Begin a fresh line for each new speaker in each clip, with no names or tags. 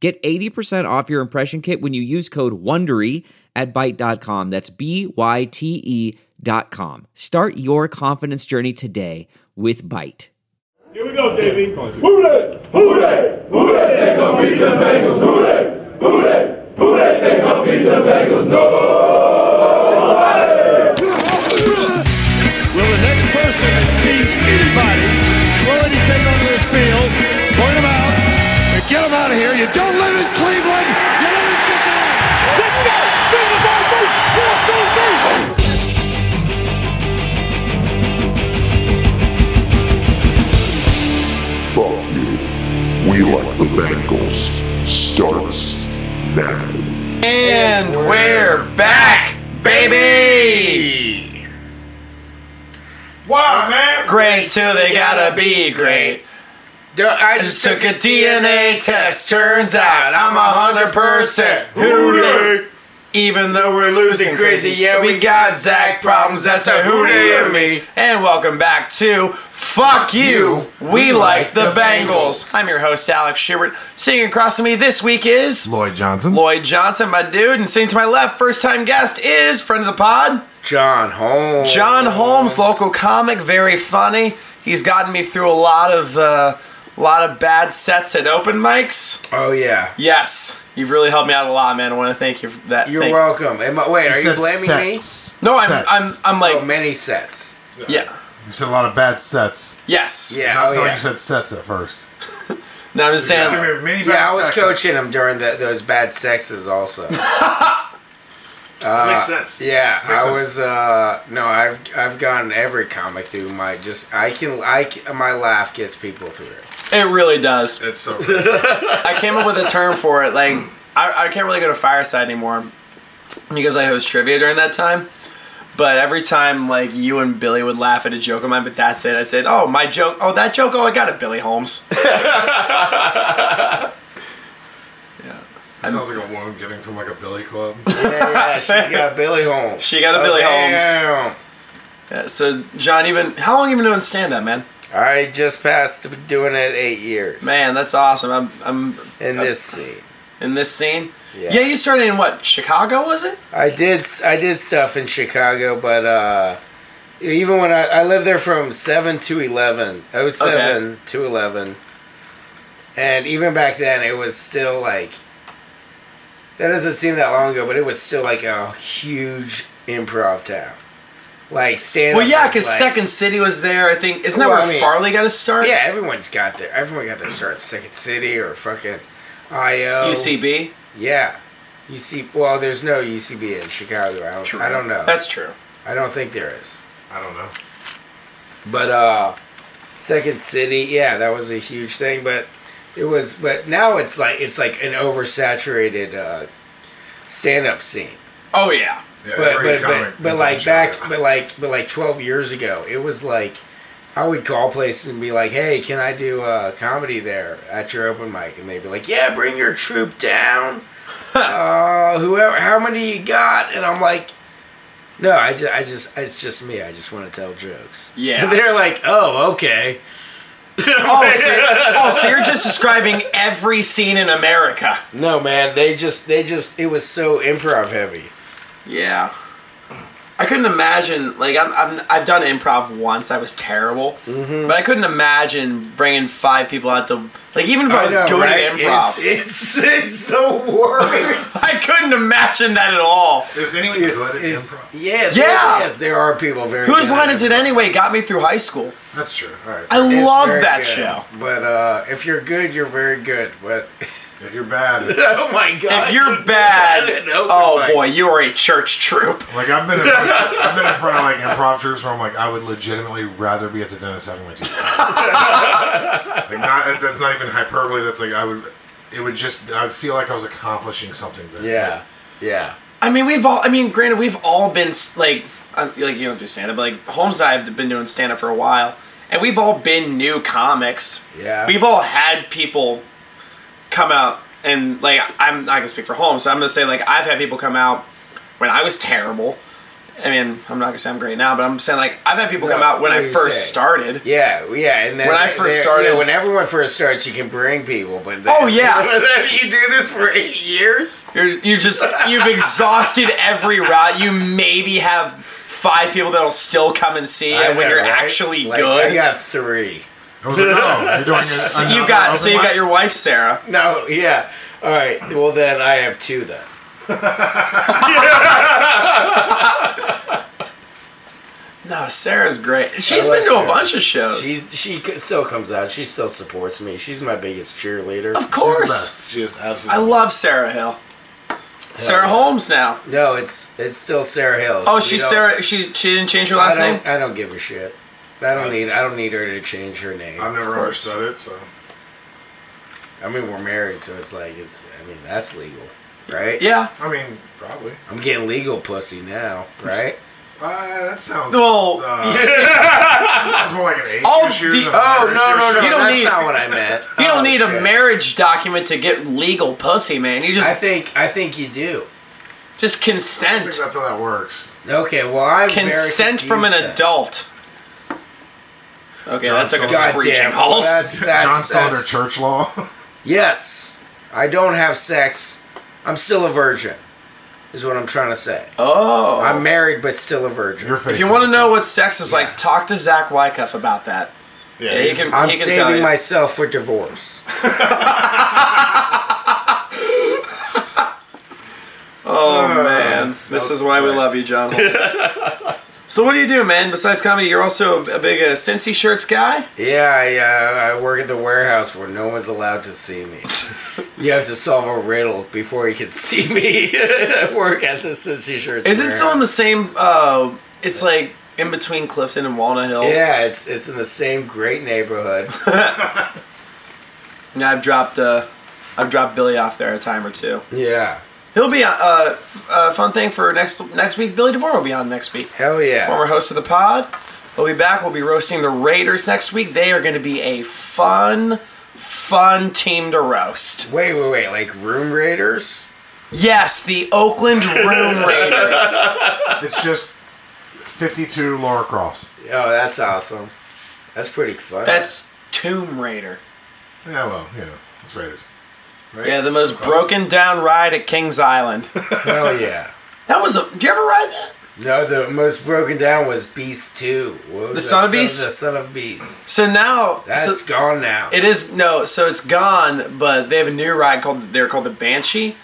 Get 80% off your impression kit when you use code WONDERY at Byte.com. That's b y t e dot com. Start your confidence journey today with Byte.
Here we go, JV.
Who they? Who they? Who they think gonna beat the Bengals? Who they? Who they? Who they think gonna beat the Bengals? Nobody.
Will the next person that sees anybody throw anything onto this field, point them out, and get them out of here? You don't live in Cleveland. You live in Cincinnati. Let's go. Bengals on three. One, two, three.
Fuck you. We like the Bengals. Starts now.
And we're back, baby! Wow, man! Great till they gotta be great. I just took a DNA test. Turns out I'm a hundred percent hootie. Even though we're losing crazy, yeah, we got Zach problems. That's a hootie in me. And welcome back to Fuck You. We like the Bengals. I'm your host, Alex Schubert. Sitting across from me this week is
Lloyd Johnson.
Lloyd Johnson, my dude, and sitting to my left, first time guest is friend of the pod,
John Holmes.
John Holmes, local comic, very funny. He's gotten me through a lot of uh, lot of bad sets at open mics.
Oh yeah.
Yes, you've really helped me out a lot, man. I want to thank you for that.
You're
Thank-
welcome. Am I, wait, are you
said
blaming
sets.
No, I'm,
Sets.
I'm, I'm
me?
like,
Oh, many sets.
yeah,
You said a lot of bad sets.
yes,
Yeah.
Not
oh,
so
yeah.
you said sets at first.
No, I'm just saying,
yeah, I was coaching him during the, those bad sexes also. Uh,
makes sense.
Yeah,
Makes
I
sense.
was. Uh, no, I've I've gotten every comic through my just I can I can- my laugh gets people through it.
it really does.
It's so good.
I came up with a term for it. Like, I, I can't really go to Fireside anymore because I host trivia during that time. But every time, like, you and Billy would laugh at a joke of mine, but that's it. I said, oh, my joke, oh, that joke, oh, I got it, Billy Holmes.
It sounds like a woman giving from like a Billy Club.
Yeah, yeah, she's got Billy Holmes. Oh,
She got a Billy Holmes.
damn.
Yeah, so, John, even, how long have you been doing stand up, man?
I just passed doing it eight years.
Man, that's awesome. I'm, I'm
in this scene.
in this scene.
Yeah.
yeah, you started in what, Chicago, was it?
I did I did stuff in Chicago, but uh, even when I, I lived there from seven to eleven, oh seven to eleven, and even back then it was still like that doesn't seem that long ago, but it was still like a huge improv town, like stand.
Well, yeah, because
like,
Second City was there, I think. Isn't that
Well,
where
I mean-
Farley got his start?
Yeah, everyone's got their everyone got their start Second City or fucking IO
UCB?
Yeah, UC. Well, there's no UCB in Chicago. I don't. I don't know.
That's true.
I don't think there is.
I don't know.
But uh Second City, yeah, that was a huge thing, but it was but now it's like it's like an oversaturated uh stand up scene.
Oh, yeah.
Yeah,
But
every
but
comic
but, but
is
like
on
back
Chicago.
but like but like twelve years ago, it was like I would call places and be like, "Hey, can I do uh, comedy there at your open mic?" And they'd be like, "Yeah, bring your troupe down. uh, whoever, how many you got?" And I'm like, "No, I just, I just, it's just me. I just want to tell jokes."
Yeah.
And they're like, "Oh, okay."
Oh so, oh, so you're just describing every scene in America.
No, man. They just, they just, it was so improv heavy.
Yeah. I couldn't imagine, like, I'm, I'm, I've done improv once. I was terrible. But I couldn't imagine bringing five people out to, like, even if I, was
know,
good
right?
at
It's,
improv,
it's, it's the worst.
I couldn't imagine that at all.
Is anyone good at
It's-
improv?
yeah, there-
Yeah.
yes, there are people very.
Whose
good
line
at
is it anyway? Got me through high school.
That's true. All right.
I
It's
love
very
that
good.
show.
But uh, if you're good, you're very good. But
if you're bad, it's
oh my god,
If you're
did
bad,
that in open
oh
mic.
boy, you are a church troupe.
like I've been in, I've been in front of like improv groups where I'm like I would legitimately rather be at the dentist having my teeth. out. like not that's not even hyperbole. That's like I would it would just I would feel like I was accomplishing something there.
Yeah. Yeah.
I mean, we've all. I mean, granted, we've all been s- like, uh, like you don't do stand up, but like Holmes and I have been doing stand up for a while, and we've all been new comics.
Yeah.
We've all had people come out, and like I'm not gonna speak for Holmes, so I'm gonna say like I've had people come out when I was terrible. I mean, I'm not gonna say I'm great now, but I'm saying like I've had people
No,
come out when
what
I
do you
first
say?
started.
Yeah, yeah, and then
When I
there-
first
there-
started-
yeah, when everyone first starts, you can bring people, but then,
Oh, yeah.
but then you do this for eight years.
You're you just you've exhausted every route. You maybe have five people that'll still come and see,
I
and when
know,
you're
right?
actually
Like,
good,
I got three.
I was like, no, you're doing it.
So you've got so you've got your wife Sarah.
No, yeah. All right. Well, then I have two. Then
No, Sarah's great. She's been
I
to
love
a
Sarah.
bunch of shows.
she she c- still comes out. She still supports me. She's my biggest cheerleader.
of course,
best. She is absolutely.
I love Sarah Hill. Sarah Holmes now.
No, it's it's still Sarah Hill.
Oh,
We
she's
don't-
Sarah. She she didn't change her
I
last name.
don't, I don't give a shit. I don't need I don't need her to change her name.
I've never
course.
understood it, so
I mean, we're married, so it's like it's. I mean, that's legal, right?
Yeah.
I mean, probably.
I'm getting legal pussy now, right?
Uh, that sounds.
No.
Uh, that sounds more like an eight.
All
issue
the-
than a
oh,
marriage
no, no,
issue.
no. You don't
that's
need-
not what I meant.
You don't
Oh,
need a
shit.
marriage document to get legal pussy, man. You just
I think I think you do.
just
I
consent.
think that's how that works.
Okay, well I'm very
Consent from an
confused then.
adult. Okay, that took a
John-
God
screeching
damn, well,
halt.
that's
John
that's,
Stalder
that's
church law.
yes. I don't have sex. I'm still a virgin. Is what I'm trying to say.
Oh.
I'm married but still a virgin.
Your face.
if you want to
doesn't
know what sex is like, talk to Zach Wycuff about that.
Yeah,
he
he's-
can-
I'm
he can tell
saving
you.
myself for divorce.
Oh man, this is why we love you, John. Holmes. so what do you do, man? Besides comedy, you're also a big uh, Cincy shirts guy.
Yeah, I, uh, I work at the warehouse where no one's allowed to see me. you have to solve a riddle before you can see me I work at the Cincy Shirts.
Is it still in
warehouse.
the same? Uh, it's like in between Clifton and Walnut Hills.
Yeah, it's it's in the same great neighborhood.
And I've dropped uh, I've dropped Billy off there a time or two.
yeah,
He'll be on. Uh, uh, fun thing for next next week. Billy DeVore will be on next week.
hell
Former
yeah.
host of the pod. We'll be back. We'll be roasting the Raiders next week. They are going to be a fun, fun team to roast.
Wait, wait, wait! Like room raiders?
Yes, the Oakland Room Raiders.
It's just 52 Laura Crofts.
Oh, that's awesome. That's pretty fun.
That's Tomb Raider.
Yeah, well, you know, it's Raiders.
Yeah, the most broken down ride at Kings Island.
hell yeah.
That was a. Do you ever ride that?
No, the most broken down was Beast Two. What was
The
that?
Son of Beast?
The Son of Beast.
So now
That's
so
gone now.
it is no. So it's gone, but they have a new ride called they're called the Banshee,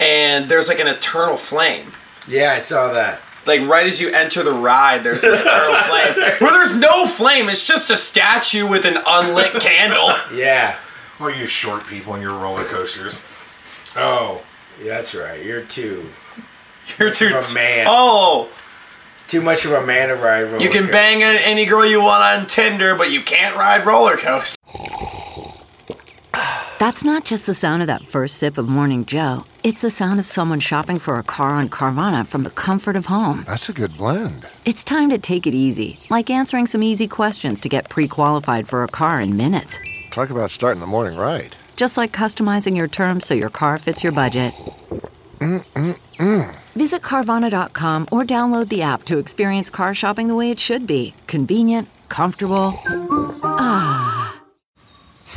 and there's like an eternal flame.
yeah, I saw that.
Like right as you enter the ride, there's an eternal flame. Where there's no flame, it's just a statue with an unlit candle.
Yeah.
Well, you short people and your roller coasters.
Oh, yeah, that's right. You're too
You're too
Of a man.
Oh,
too much of a man to ride roller
You can bang on
coasters.
any girl you want on Tinder, but you can't ride roller coaster.
That's not just the sound of that first sip of Morning Joe. It's the sound of someone shopping for a car on Carvana from the comfort of home.
That's a good blend.
It's time to take it easy, like answering some easy questions to get pre qualified for a car in minutes.
Talk about starting the morning right.
Just like customizing your terms so your car fits your budget. Visit Carvana.com or download the app to experience car shopping the way it should be convenient, comfortable.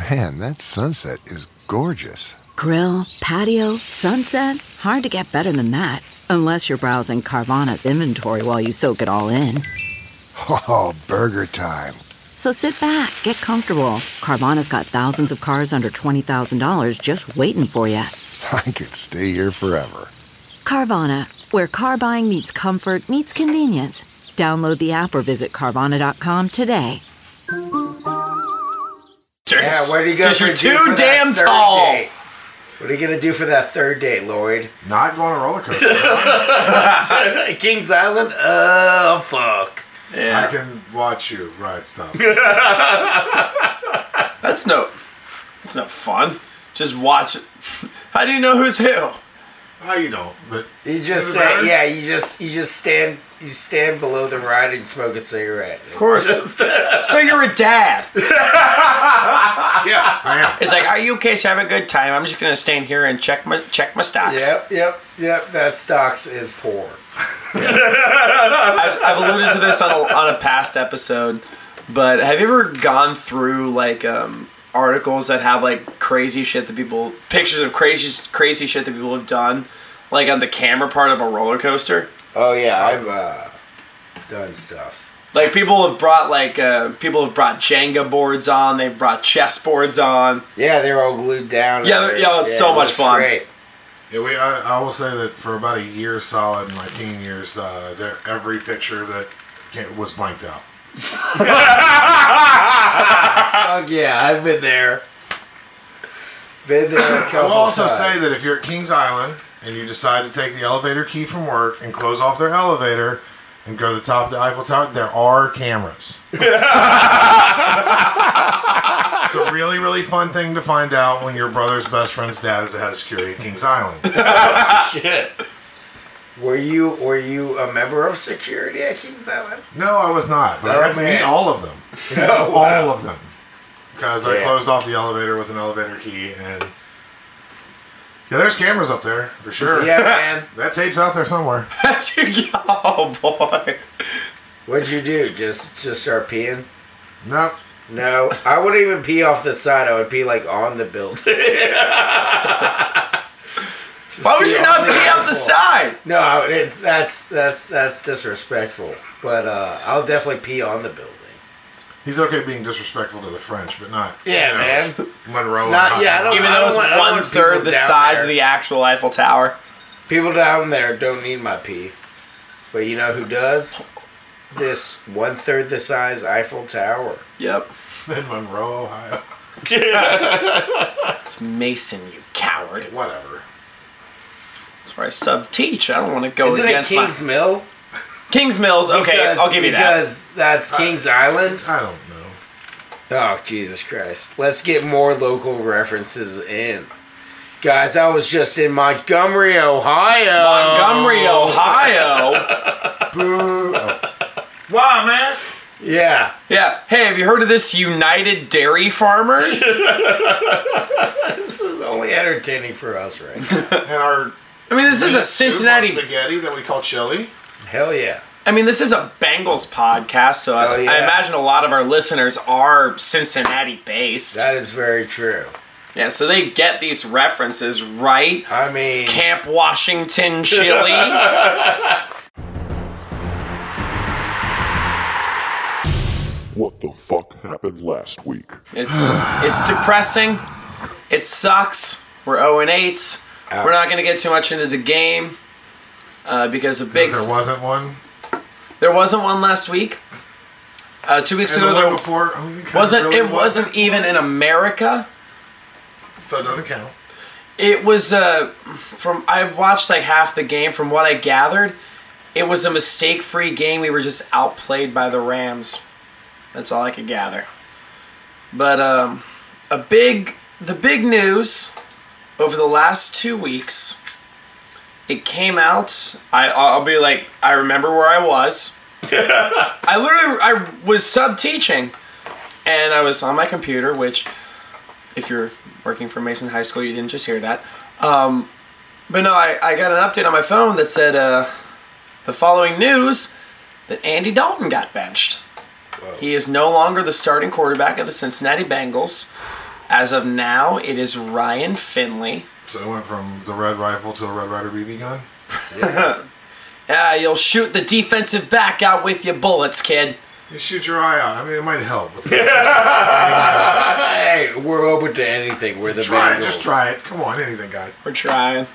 Man, that sunset is gorgeous.
Grill, patio, sunset. Hard to get better than that. Unless you're browsing Carvana's inventory while you soak it all in.
Oh, burger time.
So sit back, get comfortable. Carvana's got thousands of cars under $20,000 just waiting for you.
I could stay here forever.
Carvana, where car buying meets comfort, meets convenience. Download the app or visit Carvana.com today.
Yeah, what are you gonna
Because you're
do
too
for that
damn
third
tall.
date? What are you gonna do for that third date, Lloyd?
Not going on a roller coaster.
Kings Island? Oh fuck.
I can watch you ride stuff.
That's no, that's no fun. Just watch it. How do you know who's who?
How you don't? But
You just
Does it matter?
say, yeah. You just you just stand you stand below the ride and smoke a cigarette.
Of course. so you're a dad.
yeah, I am.
It's like, are you guys have a good time? I'm just gonna stand here and check my check my stocks.
Yep, yep, yep. That stocks is poor.
I've alluded to this on a, on a past episode, but have you ever gone through like um, articles that have like crazy shit that people pictures of crazy crazy shit that people have done, like on the camera part of a roller coaster?
Oh yeah, I've uh, done stuff.
Like people have brought like uh, people have brought Jenga boards on, they've brought chess boards on.
Yeah, they're all glued down.
Yeah, they're- yeah, it's so
it
much
looks
fun.
Great.
Yeah, we. I, I will say that for about a year solid in my teen years, uh, there, every picture that ca- was blanked out.
Fuck yeah, I've been there. Been there. A
I
couple
will also
times.
say that if you're at Kings Island and you decide to take the elevator key from work and close off their elevator and go to the top of the Eiffel Tower, there are cameras. it's a really, really fun thing to find out when your brother's best friend's dad is the head of security at Kings Island.
were you were you a member of security at Kings Island?
No, I was not, but I got
Oh,
to
man.
meet all of them. all of them. Because I
Yeah.
closed off the elevator with an elevator key and. Yeah, there's cameras up there for sure.
Yeah, man.
That tape's out there somewhere.
oh boy!
What'd you do? Just just start peeing?
No.
No, I wouldn't even pee off the side. I would pee like on the building.
Why would you not
on the
be up the
floor.
side?
No, it's that's that's that's disrespectful. But uh, I'll definitely pee on the building.
He's okay being disrespectful to the French, but not
Yeah,
you know,
man.
Monroe.
Not- yeah, I don't-
Even though it's
want- I don't
one
want
third
people
the
down
size
there.
of the actual Eiffel Tower.
People down there don't need my pee. But you know who does? This one third the size Eiffel Tower.
Yep.
in Monroe, Ohio.
It's Mason, you coward.
Whatever.
That's where I sub teach. I don't want to go
Isn't it
Oh, against
King's
my
Mill?
Kings Mills. Okay,
Because-
I'll give you that.
because that's King's Island.
I don't know.
Oh Jesus Christ! Let's get more local references in, guys. I was just in Montgomery, Ohio.
Montgomery, Ohio.
Boo. Oh. Wow, man.
Yeah.
yeah. Hey, have you heard of this United Dairy Farmers?
This is only entertaining for us, right? now.
And our
I mean, this is a Cincinnati.
spaghetti that we call chili.
Hell yeah.
I mean, this is a Bengals podcast, so I,
Oh, yeah.
I imagine a lot of our listeners are Cincinnati based.
That is very true.
yeah, so they get these references right.
I mean,
Camp Washington chili.
What the fuck happened last week?
It's just, it's depressing. It sucks. We're 0 and 8. We're not going to get too much into the game uh, because a big
Because there wasn't one.
there wasn't one last week. Uh, two weeks
And the
ago
one
there
before I mean, kinda
wasn't.
really
it wasn't even in America.
So it doesn't count.
It was uh, from I watched like half the game. From what I gathered, it was a mistake-free game. We were just outplayed by the Rams. That's all I could gather. But um, a big the big news over the last two weeks. It came out. I I'll be like I remember where I was. I literally I was sub teaching, and I was on my computer, which if you're working for Mason High School, you didn't just hear that. Um, but no, I, I got an update on my phone that said uh, the following news that Andy Dalton got benched. He is no longer the starting quarterback of the Cincinnati Bengals. As of now, it is Ryan Finley.
So it went from the red rifle to a red rider BB gun.
Ah, you'll shoot the defensive back out with your bullets, kid.
You shoot your eye out. I mean, it might help. With the
hey, we're open to anything. We're the
try it.
Bengals.
Just try it. Come on, anything, guys.
We're trying.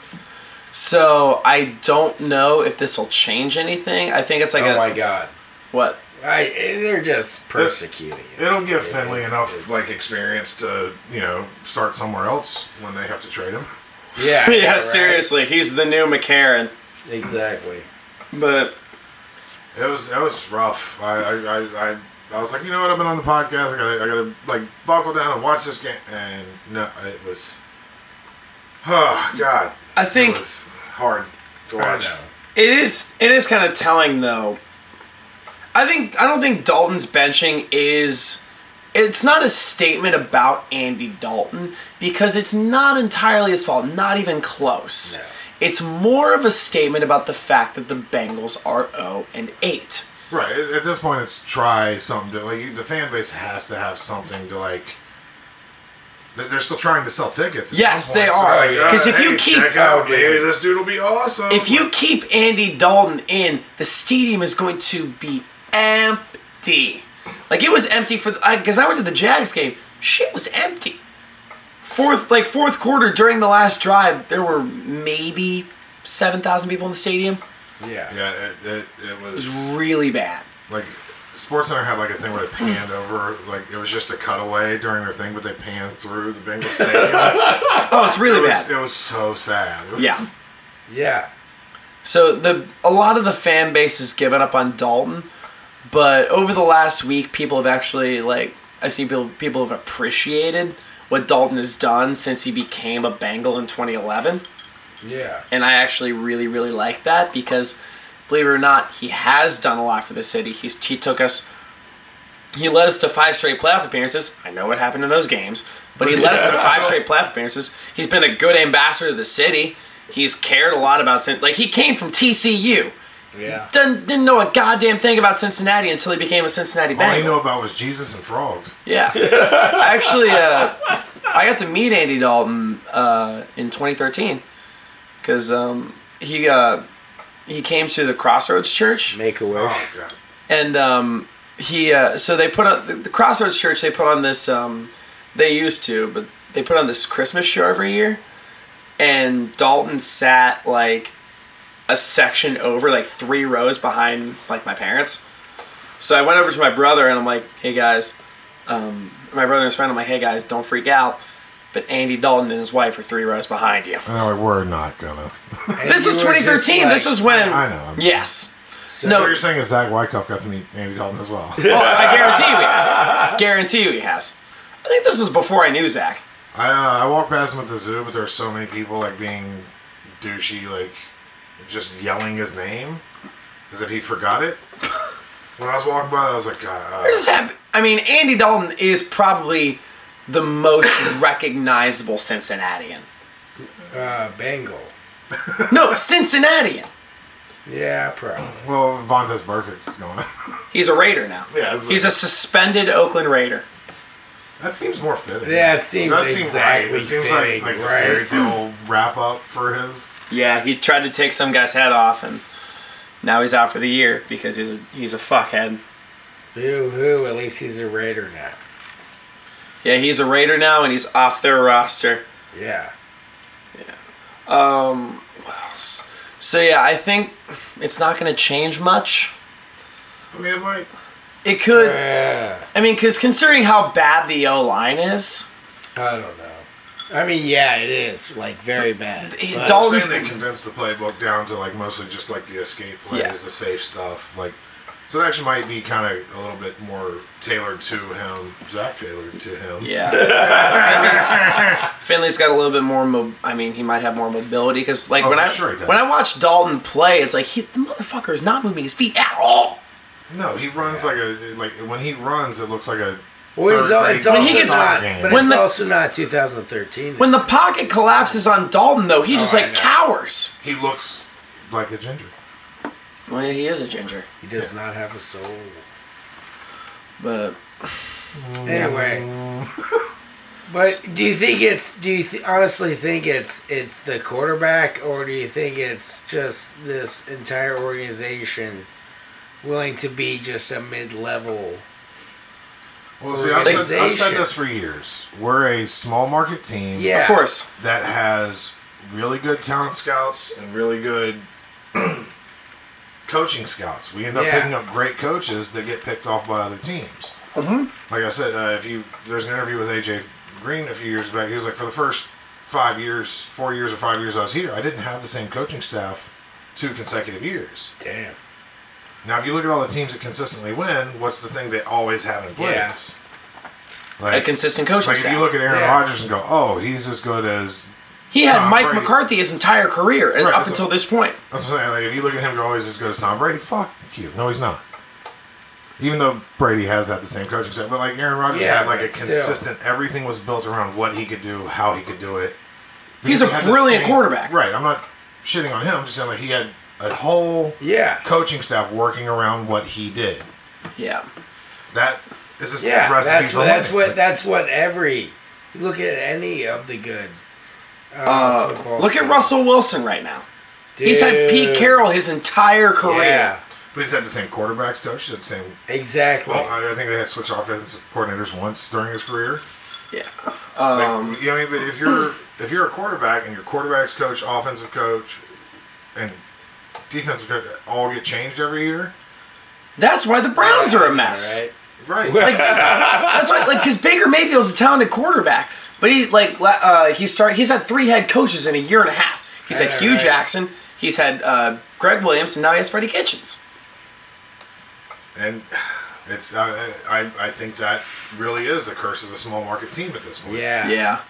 So I don't know if this will change anything. I think it's like
Oh
a
my God.
what
I, they're just persecuting it.
It'll give Finley
it's-
enough
it's-
like experience to you know start somewhere else when they have to trade him.
Yeah.
yeah,
right.
seriously, he's the new McCarron.
Exactly.
But
It was it was rough. I I, I, I, I was like, you know what? I've been on the podcast. I gotta I gotta like buckle down and watch this game. And no, it was Oh God.
I think-
That was hard to
I
watch.
know.
It is it is kind of telling though. I think I don't think Dalton's benching is it's not a statement about Andy Dalton because it's not entirely his fault, not even close. It's more of a statement about the fact that the Bengals are 0 and 8.
Right at, at this point, it's try something. To, like you, the fan base has to have something to like. they- They're still trying to sell tickets. at
Yes,
some point,
they
so,
are.
like,
'Cause if
hey,
you keep-
check out, maybe this dude will be awesome.
If you keep Andy Dalton in, the stadium is going to be empty. Like it was empty for the because I, went to the Jags game. Shit was empty. Fourth, like fourth quarter during the last drive, there were maybe seven thousand people in the stadium.
Yeah.
yeah, it, it, it
It
was
was really bad.
like Sports Center had like a thing where they panned over, like it was just a cutaway during their thing, but they panned through the Bengals stadium.
Oh, it's really
it, was,
bad.
it was so sad. It was-
Yeah.
Yeah.
So the a lot of the fan base has given up on Dalton, but over the last week, people have actually like I've seen people people have appreciated what Dalton has done since he became a Bengal in 2011,
Yeah.
and I actually really really like that because believe it or not, he has done a lot for the city. He's he took us. He led us to five straight playoff appearances. I know what happened in those games, but he led us to five straight playoff appearances. He's been a good ambassador to the city. He's cared a lot about since like he came from TCU.
Yeah.
Didn't, didn't know a goddamn thing about Cincinnati until he became a Cincinnati
All I
Bengal.
knew about was Jesus and frogs.
Yeah. Actually, uh, I got to meet Andy Dalton uh, in 2013 because um, he uh, he came to the Crossroads Church
Make a
Oh
wish.
God.
and um, he uh, so they put on the, the Crossroads Church. They put on this. Um, they used to, but they put on this Christmas show every year, and Dalton sat like a section over, like three rows behind, like my parents. So I went over to my brother and I'm like, "Hey guys," um, my brother and his friend. I'm like, "Hey guys, don't freak out." But Andy Dalton and his wife are three rows behind you.
No, we're not gonna.
And
This
you
is
were just
2013. This
like-
is when.
I know. I'm-
Yes.
So
no,
What you're saying is Zach Wyckoff got to meet Andy Dalton as well.
Oh, I guarantee you he has. Guarantee you he has. I think this was before I knew Zach.
I uh, I walked past him at the zoo, but there were so many people like being douchey, like just yelling his name as if he forgot it. When I was walking by, I was like, God,
I
uh,
just have- I mean, Andy Dalton is probably the most recognizable Cincinnatian.
Uh, Bengal.
No, Cincinnatian.
Yeah, probably.
well, Vontae's perfect. He's going.
He's a Raider now.
Yeah, that's what-
he's a suspended Oakland Raider.
that seems more fitting.
Yeah, it seems
does seem
exactly
Right. It seems
fitting,
like like the
right?
fairy tale wrap up for his.
Yeah, he tried to take some guy's head off, and now he's out for the year because he's a, he's a fuckhead.
Boo hoo. At least he's a Raider now.
Yeah, he's a Raider now, and he's off their roster.
Yeah.
So yeah, I think it's not going to change much.
I mean, like
It could.
Yeah.
I mean, because considering how bad the O line is,
I don't know. I mean, yeah, it is like very bad.
he-
but-
I'm
Dalton.
saying they condensed the playbook down to like mostly just like the escape plays,
Yeah.
the safe stuff, like. So it actually might be kind of a little bit more tailored to him, Zach tailored to him.
Yeah. Finley's, Finley's got a little bit more. Mo- I mean, he might have more mobility because, like,
Oh,
when
for
I
sure he does.
when I watch Dalton play, it's like he, the motherfucker is not moving his feet at all.
No, he runs like a like when he runs, it looks like a.
Well, it's,
third
al-
grade
it's also
he gets
not,
soccer game.
but
When
it's
the-
also not 2013.
When the pocket collapses on Dalton, though,
Oh,
he just
I
like
know.
cowers.
he looks like a ginger.
Well, yeah, he is a ginger,
he does not have a soul.
but
Anyway, but do you think it's? Do you th- honestly think it's it's the quarterback, or do you think it's just this entire organization willing to be just a mid-level?
Well, see, I've said, I've said
Organization.
this for years. We're a small market team
Yeah,
of course,
that has really good talent scouts and really good coaching scouts. We end up
Yeah.
picking up great coaches that get picked off by other teams.
Mm-hmm.
Like I said, uh, if you there's an interview with AJ Green a few years back, he was like, for the first five years, four years or five years I was here, I didn't have the same coaching staff two consecutive years.
Damn.
Now, if you look at all the teams that consistently win, what's the thing they always have in
Yeah.
place?
a
Like,
consistent coaching
like if
staff.
you look at Aaron
Yeah.
Rodgers and go, oh, he's as good as
He had
Tom
Mike
Brady.
McCarthy his entire career and
Right,
up
so-
until this point.
That's what I'm saying. Like, if you look at him, you're always as good as Tom Brady. Fuck you. No, he's not. Even though Brady has had the same coaching staff, but like Aaron Rodgers
Yeah,
had like a
but still.
consistent. Everything was built around what he could do, how he could do it.
He's
Because
a
he had the
brilliant
same-
quarterback.
right? I'm not shitting on him. I'm just saying like he had a whole
Yeah.
coaching staff working around what he did.
Yeah.
That is a s-
Yeah,
recipe
that's
for
what, that's
winning.
what that's what every you look at any of the good. Uh, football
Look at
teams.
Russell Wilson right now. He's had Pete
Dude.
Carroll his entire career.
Yeah,
But he's had the same quarterbacks coach. He's had the same.
exactly.
Oh,
Well, I I think they had switched offensive coordinators once during his career.
Yeah.
Like, you know, what I mean, but if you're if you're a quarterback and your quarterback's coach, offensive coach, and defensive coach all get changed every year,
That's why the Browns are a mess.
Right.
right?
That's why, like, because Baker Mayfield's a talented quarterback, but he like la- uh, he start he's had three head coaches in a year and a half. He's had
Yeah,
Hugh
right.
Jackson, he's had uh, Greg Williams, and now he has Freddie Kitchens.
and it's I, I I think that really is the curse of the small market team at this point.
Yeah.
Yeah.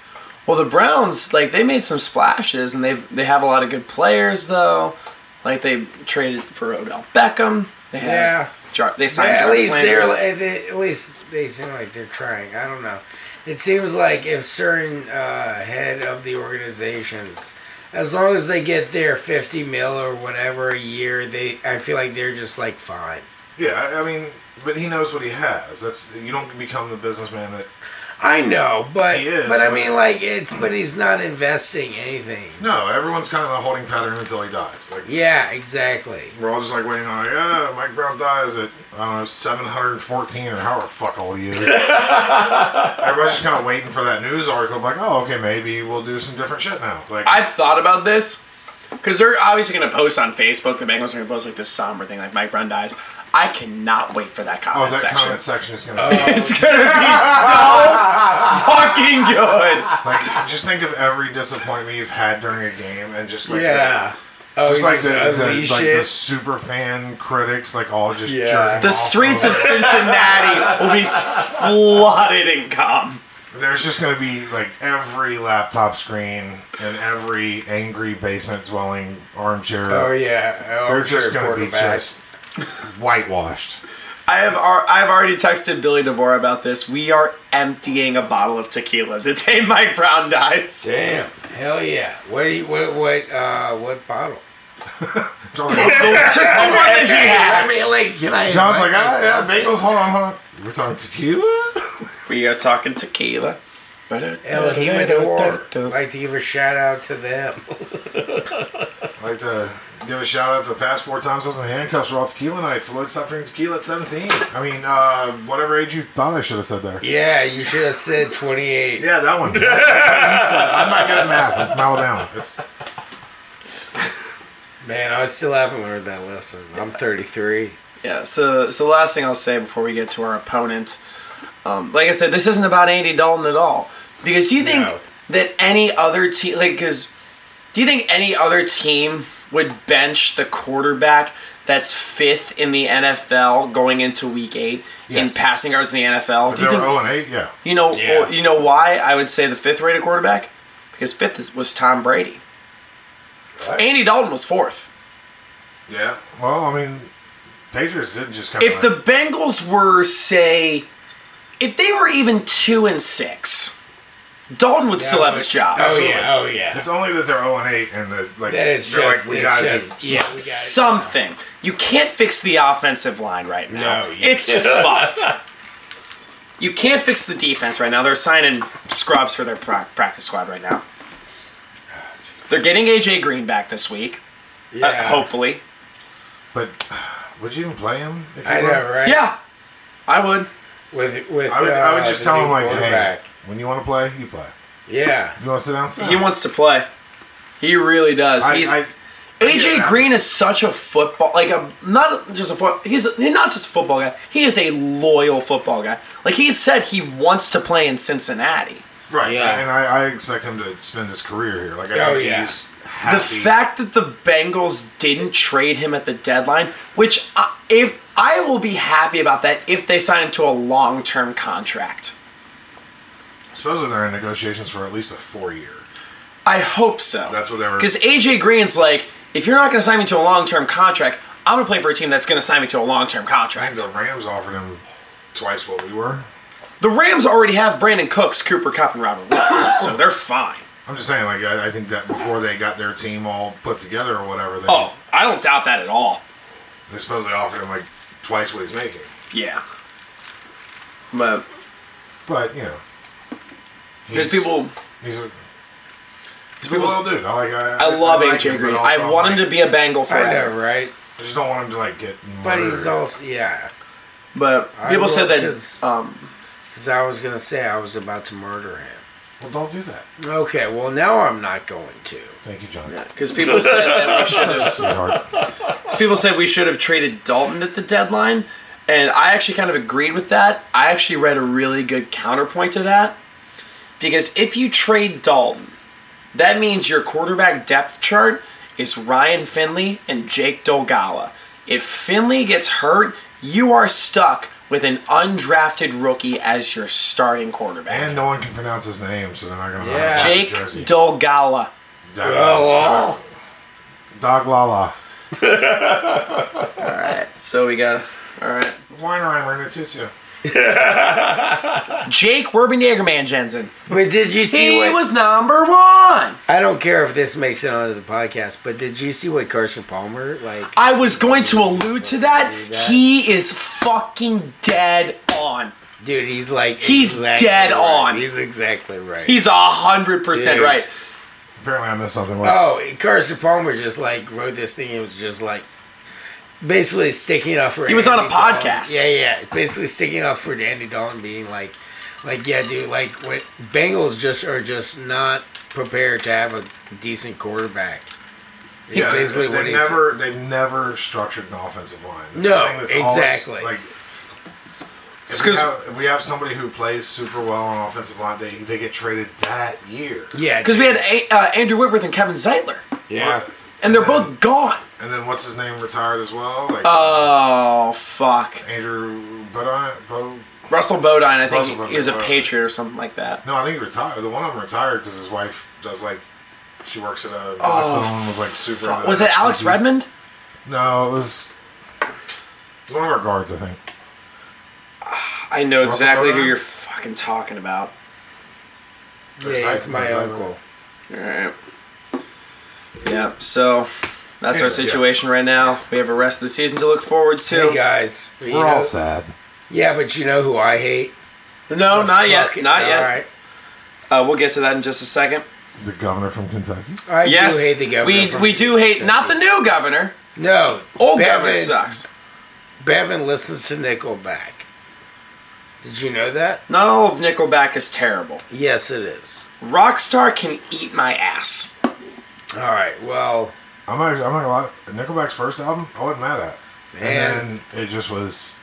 Well, the Browns like they made some splashes, and they have they have a lot of good players though. Like they traded for Odell Beckham. They have
Yeah.
Jar- they
Yeah,
signed.
at
Jarvis
least
Landry.
they're at the- at least they seem like they're trying. I don't know. It seems like if certain uh, head of the organizations, as long as they get their fifty mil or whatever a year, they I feel like they're just like fine.
yeah. I, I mean, but he knows what he has. That's you don't become the businessman that.
I know, but
He is,
but I
but-
mean like it's but he's not investing anything.
No, everyone's kind of in a holding pattern until he dies. Like
Yeah, exactly.
we're all just like waiting on, like, yeah, Mike Brown dies at I don't know, seven hundred and fourteen or however fuck old he is. Everybody's just kind of waiting for that news article, like, oh, okay, maybe we'll do some different shit now. Like,
I've thought about this because they're obviously going to post on Facebook. The Bengals are going to post like this somber thing, like Mike Brown dies. I cannot wait for that
oh,
comment
that
section.
comment section is gonna.
Oh.
be
It's going to be so fucking good.
Like, just think of every disappointment you've had during a game, and just like, that-
Yeah. Oh,
Just
you
like the, the,
unleash
like
it.
the super fan critics, like all just
Yeah.
jerking
The
off
streets
over
of
it.
Cincinnati will be flooded in cum.
There's just going to be like every laptop screen and every angry basement dwelling armchair.
Oh yeah,
They're
I'm sure
just going to be
quarterbacks.
just whitewashed.
I have ar- I've already texted Billy DeVore about this. We are emptying a bottle of tequila the day Mike Brown dies.
Damn, hell yeah! What do you what what uh what bottle?
John's
"Oh,
Just the one that he has.
I mean, like, can I?
John's like,
invite
ah, yeah,
myself?"
bagels. Hold on, hold on. We're talking tequila.
We are talking tequila.
El Jimador. Like to give a shout out to them.
I'd like to give a shout out to the past four times I was in handcuffs were all tequila nights. So let's stop drinking tequila at 17. I mean, uh, whatever age you thought I should have said there.
yeah, you should have said twenty eight.
Yeah, that one. He said, I'm not good at math. I'm from Alabama. It's
Man, I still haven't learned that lesson. I'm thirty three.
Yeah, so so the last thing I'll say before we get to our opponent, um, like I said, this isn't about Andy Dalton at all. Because do you think
No.
that any other team, like, because do you think any other team would bench the quarterback that's fifth in the NFL going into Week Eight
Yes.
in passing yards in the NFL?
if
Do you,
they were
think-
0 and 8, yeah.
you know,
Yeah.
or- you know why I would say the fifth-rated quarterback because fifth is, was Tom Brady. Andy Dalton was fourth.
Yeah. Well, I mean, Patriots did just kind of.
if the Bengals were, say, if they were even two and six, Dalton would still have his job.
Oh yeah, oh yeah.
It's only that they're 0 and 8 and the like.
That is
they're
just,
like, we
it's
gotta
just,
do
yeah,
something.
we got it.
Something. You can't fix the offensive line right now.
No, you-
it's fucked. You can't fix the defense right now. They're signing scrubs for their pra- practice squad right now. They're getting AJ Green back this week, uh,
Yeah.
hopefully.
But would you even play him? If you
I know,
were?
right?
Yeah, I would.
With with
I would,
uh,
I would just
the
tell
new
him like, hey,
quarterback.
when you want to play, you play.
Yeah.
If you want to sit down, sit down.
He wants to play. He really does. He's,
I, I, get
AJ
that.
Green is such a football, like a not just a foot. He's, he's not just a football guy. He is a loyal football guy. Like he said, he wants to play in Cincinnati.
right.
Yeah.
And I, I expect him to spend his career here. Like, I
Oh,
think
yeah.
he's
The
happy.
fact that the Bengals didn't trade him at the deadline, which I, if I will be happy about that if they sign him to a long-term contract.
Supposedly they're in negotiations for at least a four year.
I hope so.
That's what they were-
Because AJ Green's like, if you're not going to sign me to a long term contract, I'm going to play for a team that's going to sign me to a long term
I
contract.
think the Rams offered him twice what we were.
The Rams already have Brandon Cooks, Cooper Cup, and Robert Woods, so they're fine.
I'm just saying, like, I, I think that before they got their team all put together or whatever, they,
Oh, I don't doubt that at all.
they supposedly offered him like twice what he's making.
Yeah. But
But you know,
there's
he's-
people.
He's a he's a
people-
loyal dude. I like. I,
I love
like
AJ
him,
Green.
but
I
also,
want
like,
him to be a Bengal
I
forever.
know, right?
I just don't want him to like get.
But he's
murdered.
also yeah.
But
I
people said
will,
that
'cause-
um,
Because I was gonna say I was about to murder him.
Well, don't do that.
Okay, well now I'm not going to.
Thank you, John.
because people said that we should have
Sweetheart.
people said we should have traded Dalton at the deadline, and I actually kind of agreed with that. I actually read a really good counterpoint to that because if you trade Dalton, that means your quarterback depth chart is Ryan Finley and Jake Dolgala. If Finley gets hurt, you are stuck with an undrafted rookie as your starting quarterback.
and no one can pronounce his name, so they're not gonna.
Yeah.
Jake
Jersey.
Dolgala.
Dog,
Oh.
Dog Lala.
So we got all right.
Weinreimer in a tutu.
Jake Werbenjagerman Jensen.
But did you see
He
what?
was number one.
I don't care if this makes it onto the podcast, but did you see what Carson Palmer like?
I was going to allude to that. He is fucking dead on.
Dude, he's like
He's dead
right.
on.
He's exactly right.
He's a hundred percent
Dude.
right.
Apparently, I missed something. What?
oh, Carson Palmer just like wrote this thing. It was just like basically sticking up for.
He was on a
Andy Dalton.
podcast.
Yeah, yeah. Basically sticking up for Andy Dalton, being like, like yeah, dude. Like what Bengals just are just not prepared to have a decent quarterback. It's
Yeah,
basically
they,
what
they
he's.
never they've never structured an offensive line. That's
No,
the thing that's always,
exactly.
like
It's
if we,
'cause-
have, if we have somebody who plays super well on offensive line, they they get traded that year.
yeah,
Because we
dude.
had a, uh, Andrew Whitworth and Kevin Zeitler,
yeah.
and they're both gone.
And then what's his name retired as well? Like
Oh fuck!
Andrew Bodine. Bo,
Russell Bodine, I think
Russell
he was a
Bodine, right.
Patriot or something like that.
no, I think he retired. The one of them retired because his wife does like she works at a hospital and was like super. into
Oh, Was it Alex
CP.
Redmond?
No, it was, it was one of our guards. I think.
I know
Russell
exactly who
Bodine?
you're fucking talking about.
Yeah, he's my
Zeitler.
uncle.
All right. Yeah. So that's
Anyway, yeah.
our situation right now. We have a rest of the season to look forward to.
Hey guys, you
We're all
know-
sad.
Yeah, but you know who I hate?
No,
The
Oh, not yet.
fucking-
Not yet.
All right.
Uh, we'll get to that in just a second.
The governor from Kentucky.
I
yes,
do hate the governor.
we
from
we do hate
Kentucky.
not the new governor.
no
Old
Bevin-
governor sucks.
Bevin listens to Nickelback. Did you know that?
Not all of Nickelback is terrible.
Yes, it is.
Rockstar can eat my ass.
All right. Well,
I'm not, I'm not gonna lie. Nickelback's first album, I wasn't mad at. And
Man.
then it just was.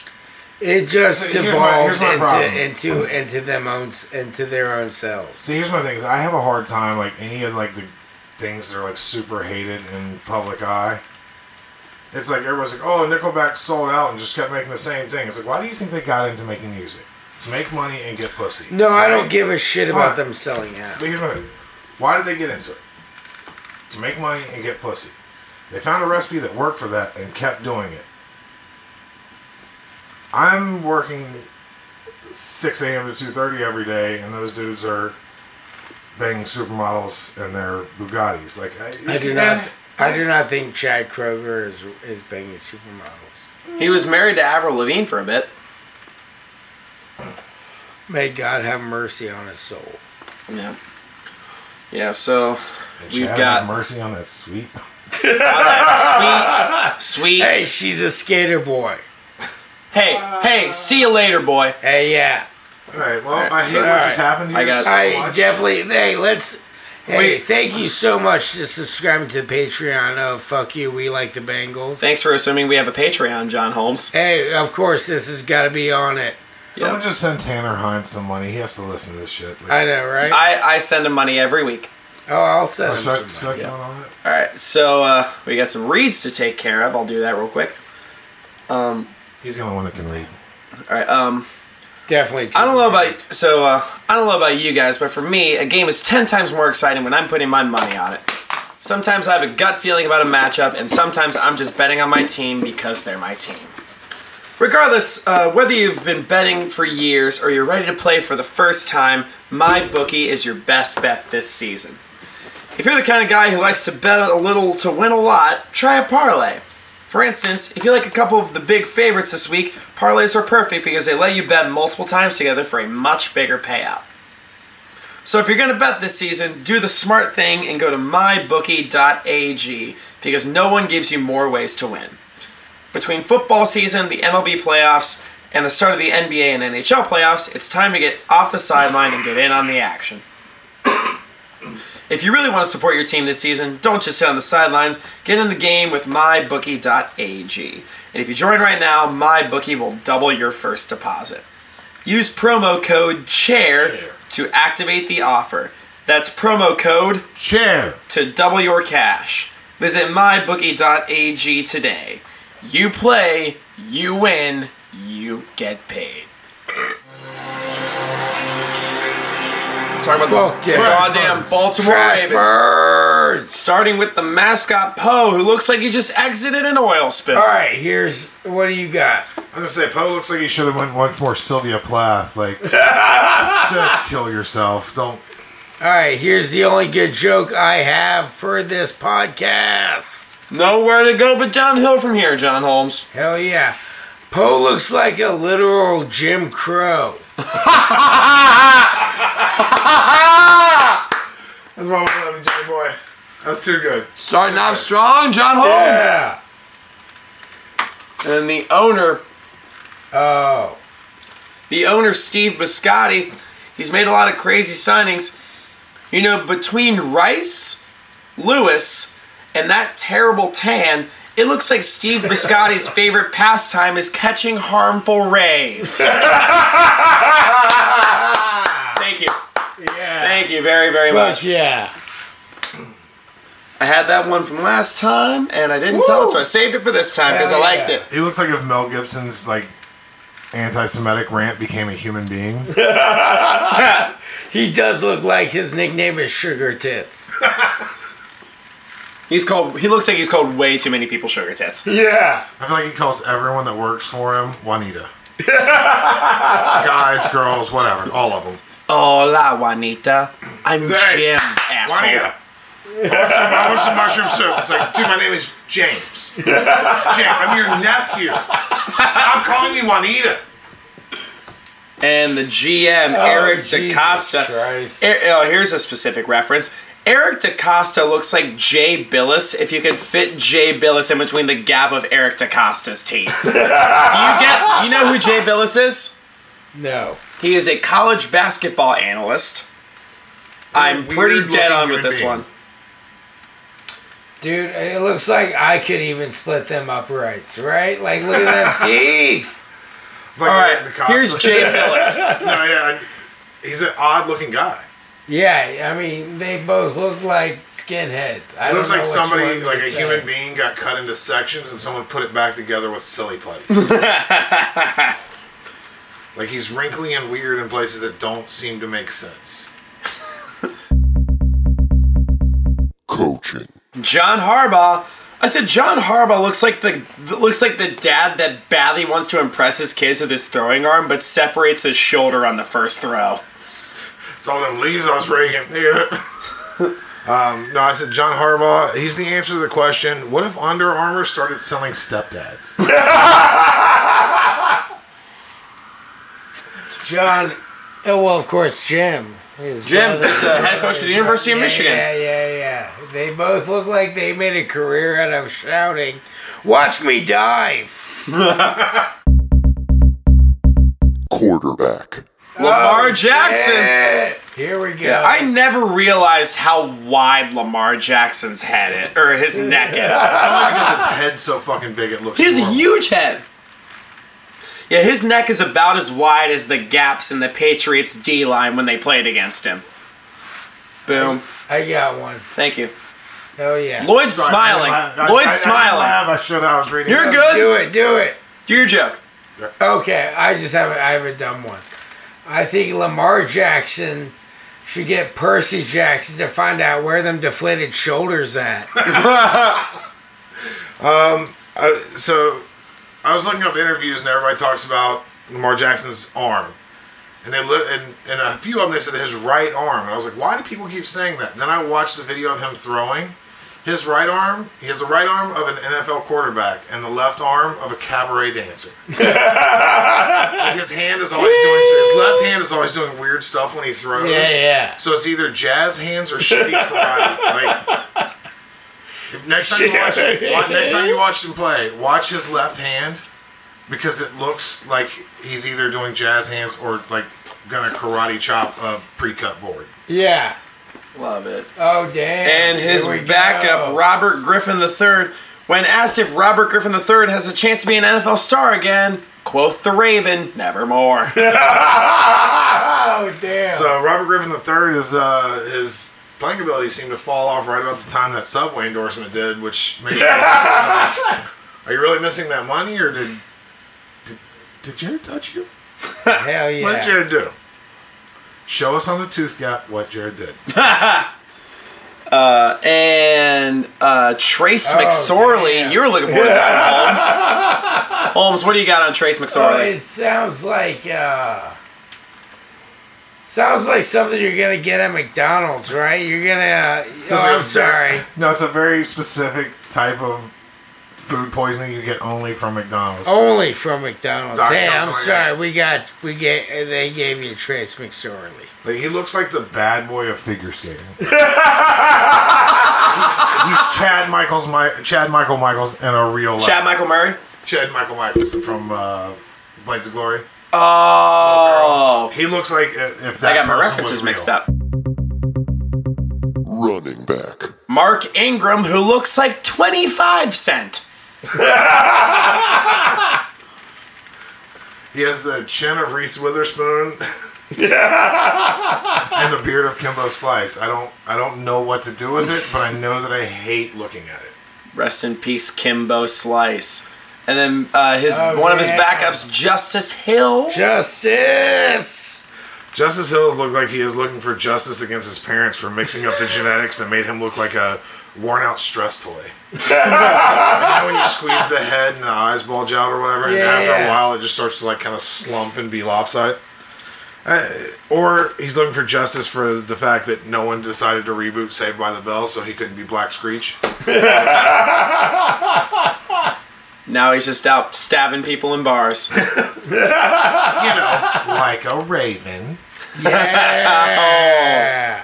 it just
So here's my-
evolved
here's my problem.
into into into them own s- into their own selves.
See, here's my thing: is I have a hard time like any of like the things that are like super hated in public eye. It's like everyone's like, "Oh, Nickelback sold out and just kept making the same thing." It's like, why do you think they got into making music? To make money and get pussy.
No, I
Right?
don't give a shit about
Alright.
them selling out.
But here's my thing. Why did they get into it? To make money and get pussy. They found a recipe that worked for that and kept doing it. I'm working 6 a.m. to 2.30 every day, and those dudes are banging supermodels in their Bugattis. Like,
I do not. I do not think Chad Kroger is is banging supermodels.
He was married to Avril Lavigne for a bit.
May God have mercy on his soul.
Yeah. Yeah. So
And
we've
Chad,
got-
have mercy on that sweet.
sweet, sweet. Hey,
Hey, she's a skater boy.
hey, see you later, boy.
Hey, yeah.
All right, well, I hate what
Alright.
just happened to
I
you
got-
so
I
much.
definitely. Hey, let's. Hey,
Wait.
thank you so much to subscribing to the Patreon of Fuck You, We Like the Bengals.
Thanks for assuming we have a Patreon, John Holmes.
Hey, of course, this has got to be on it.
Someone just sent Tanner Hines some money. He has to listen to this shit. Like,
I know, right?
I I send him money every week.
oh, I'll send
oh,
him
should I-
some
should I tell him on it?
All right. So uh, we got some reads to take care of. I'll do that real quick.
He's the only one that can read.
All right. Um.
definitely.
I don't know about so. Uh, I don't know about you guys, but for me, a game is ten times more exciting when I'm putting my money on it. Sometimes I have a gut feeling about a matchup, and sometimes I'm just betting on my team because they're my team. Regardless, uh, whether you've been betting for years or you're ready to play for the first time, my bookie is your best bet this season. If you're the kind of guy who likes to bet a little to win a lot, try a parlay. For instance, if you like a couple of the big favorites this week, parlays are perfect because they let you bet multiple times together for a much bigger payout. So if you're going to bet this season, do the smart thing and go to mybookie.ag because no one gives you more ways to win. Between football season, the MLB playoffs, and the start of the NBA and NHL playoffs, it's time to get off the sideline and get in on the action. If you really want to support your team this season, don't just sit on the sidelines. Get in the game with mybookie.ag. And if you join right now, MyBookie will double your first deposit. Use promo code CHAIR to activate the offer. That's promo code
Chair.
to double your cash. Visit mybookie.ag today. You play, you win, you get paid. Talk about
Fuck
the
yeah.
goddamn Baltimore
trash
Ravens.
birds.
Starting with the mascot Poe, who looks like he just exited an oil spill.
All right, here's what do you got?
I was gonna say, Poe looks like he should have went one for Sylvia Plath. Like, just kill yourself. Don't.
All right, here's the only good joke I have for this podcast.
Nowhere to go but downhill from here, John Holmes.
Hell yeah. Poe looks like a literal Jim Crow.
That's why we love you, Johnny boy. That's too good.
Starting off strong, John Holmes.
Yeah.
And the owner
Oh.
the owner Steve Biscotti, he's made a lot of crazy signings. You know, between Rice, Lewis, and that terrible tan, it looks like Steve Biscotti's favorite pastime is catching harmful rays. Thank you.
Yeah.
Thank you very, very
Fuck
much.
yeah.
I had that one from last time and I didn't tell it, so I saved it for this time because I
Hell
liked
yeah.
it.
It looks like if Mel Gibson's like anti-Semitic rant became a human being.
He does look like his nickname is Sugar Tits.
He's called he looks like he's called way too many people sugar tits.
Yeah.
I feel like he calls everyone that works for him Juanita. Guys, girls, whatever, all of them.
Hola, Juanita. I'm
Hey,
Jim, asshole.
Juanita. Oh, I want some mushroom soup. It's like, dude, my name is James. It's James, I'm your nephew. Stop calling me Juanita.
and the GM Eric DaCosta. Er- oh, here's a specific reference. Eric DaCosta looks like Jay Billis if you could fit Jay Billis in between the gap of Eric DaCosta's teeth. do you get do you know who Jay Billis is?
No.
He is a college basketball analyst. I'm pretty
weird-looking
dead on
human
with this
being.
one.
Dude, it looks like I could even split them uprights, right? Like, look at them teeth.
All
All right, here's Jay Billis.
no, yeah, he's an odd-looking guy.
Yeah, I mean, they both look like skinheads. I
It
don't
looks
know
like
what you want
somebody,
me
like
to
a
say.
human being, got cut into sections and someone put it back together with silly putty. like he's wrinkly and weird in places that don't seem to make sense.
Coaching.
John Harbaugh. I said John Harbaugh looks like the looks like the dad that badly wants to impress his kids with his throwing arm, but separates his shoulder on the first throw.
It's all them leaves I was raking. Yeah. um, no, I said John Harbaugh. He's the answer to the question. What if Under Armour started selling stepdads?
John. Oh, well, of course, Jim. His
Jim,
brother.
the head coach of the University of
Yeah,
Michigan.
Yeah, yeah, yeah. They both look like they made a career out of shouting, Watch me dive!
Quarterback.
Lamar Jackson.
Eh, Here we go.
I never realized how wide Lamar Jackson's head is, or his neck is.
It's only because his head's so fucking big it looks.
He has a
normal.
huge head. Yeah, his neck is about as wide as the gaps in the Patriots D line when they played against him. Boom.
I got one.
Thank you.
Hell yeah.
Lloyd's
Sorry,
smiling.
I- I- I-
Lloyd's
I-
smiling.
I, I should. I was reading.
You're
that.
good.
Do it, do it.
Do your joke.
Okay, I just have a, I have a dumb one. I think Lamar Jackson should get Percy Jackson to find out where them deflated shoulders at.
Uh, so I was looking up interviews and everybody talks about Lamar Jackson's arm. And they li- and, and a few of them they said his right arm. And I was like, why do people keep saying that? Then I watched the video of him throwing. His right arm, he has the right arm of an NFL quarterback and the left arm of a cabaret dancer. Like, his hand is always doing his left hand is always doing weird stuff when he throws.
Yeah, yeah.
So it's either jazz hands or shitty karate. Like, if next time you watch him, wa- next time you watch him play, watch his left hand because it looks like he's either doing jazz hands or like gonna karate chop a pre-cut board.
yeah.
Love it.
Oh damn.
And his
Here we
backup,
go.
Robert Griffin III, when asked if Robert Griffin III has a chance to be an NFL star again, quoth the Raven, nevermore.
Oh damn.
So Robert Griffin III is uh, his playing ability seemed to fall off right about the time that Subway endorsement did, which makes me like, are you really missing that money or did did, did Jared touch you?
Hell yeah.
What did Jared do? Show us on the tooth gap what Jared did.
and uh, Trace
Oh,
McSorley,
damn.
you were looking forward to this one, Holmes. Holmes, what do you got on Trace
Oh, it
McSorley?
sounds like uh, sounds like something you're gonna get at McDonald's, right? You're gonna. oh,
like-
I'm sorry.
No, it's a very specific type of food poisoning you get only from McDonald's.
Oh.
Only from McDonald's.
Dr.
Hey, I'm
Johnson,
sorry.
yeah.
We got we get they gave you Trace McSorley.
Like, he looks like the bad boy of figure skating. he's, he's Chad Michaels, Mi- Chad Michael Michaels in a real life.
Chad Michael Murray?
Chad Michael Michaels from uh, Blades of Glory.
Oh,
He looks like i- if that
I got my
person
references
was
mixed
real.
up.
Running back.
Mark Ingram, who looks like 25 Cent.
He has the chin of Reese Witherspoon. and the beard of Kimbo Slice. I don't, I don't know what to do with it, but I know that I hate looking at it.
Rest in peace, Kimbo Slice. And then uh, his
Oh,
one of his
yeah.
backups, Justice Hill.
Justice.
Justice Hill looked like he is looking for justice against his parents for mixing up the genetics that made him look like a worn out stress toy. you know when you squeeze the head and the eyes bulge out or whatever, and
Yeah,
after
yeah.
a while it just starts to like kind of slump and be lopsided. Uh, or he's looking for justice for the fact that no one decided to reboot Saved by the Bell, so he couldn't be Black Screech.
Now he's just out stabbing people in bars.
You know, like a raven.
Yeah.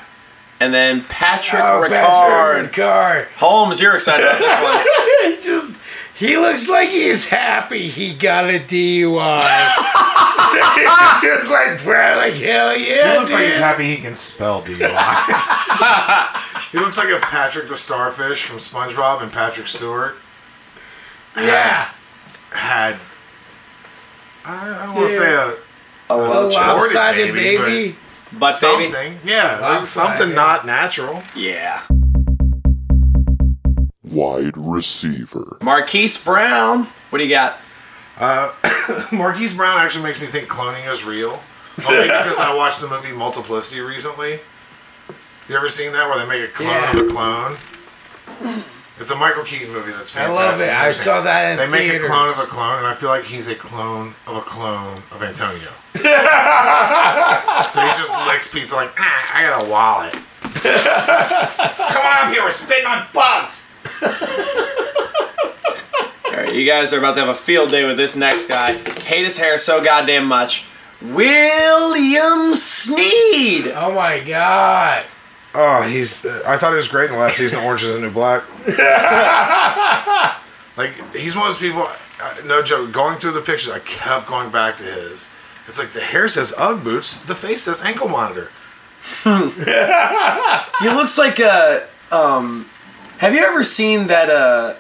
And then Patrick
oh,
Ricard.
Patrick Ricard.
Holmes, you're excited about this one.
It's just he looks like he's happy he got a DUI. He's just like proud, like hell yeah.
He looks like
dude.
he's happy he can spell DUI. he looks like if Patrick the Starfish from SpongeBob and Patrick Stewart
yeah.
had. I, I don't want to say a
A lopsided
Jordan,
baby.
baby,
But baby.
something, yeah, like
Lopsided.
something not natural.
Yeah.
Wide receiver.
Marquise Brown. What do you got?
Marquise Brown actually makes me think cloning is real, only because I watched the movie Multiplicity recently. You ever seen that where they make a clone
Yeah.
of a clone? It's a Michael Keaton movie that's
I
fantastic.
love it. I saw that in
They make
theaters.
a clone of a clone, and I feel like he's a clone of a clone of Antonio. so he just licks pizza like, ah, I got a wallet. Come on up here, we're spitting on bugs.
All right, you guys are about to have a field day with this next guy. Hate his hair so goddamn much. William Sneed.
Oh my god.
Oh, he's. Uh, I thought he was great in the last season of Orange is the New Black. like he's one of those people. Uh, no joke. Going through the pictures, I kept going back to his. It's like the hair says UGG boots, the face says ankle monitor.
He looks like a. Um, have you ever seen that? Uh,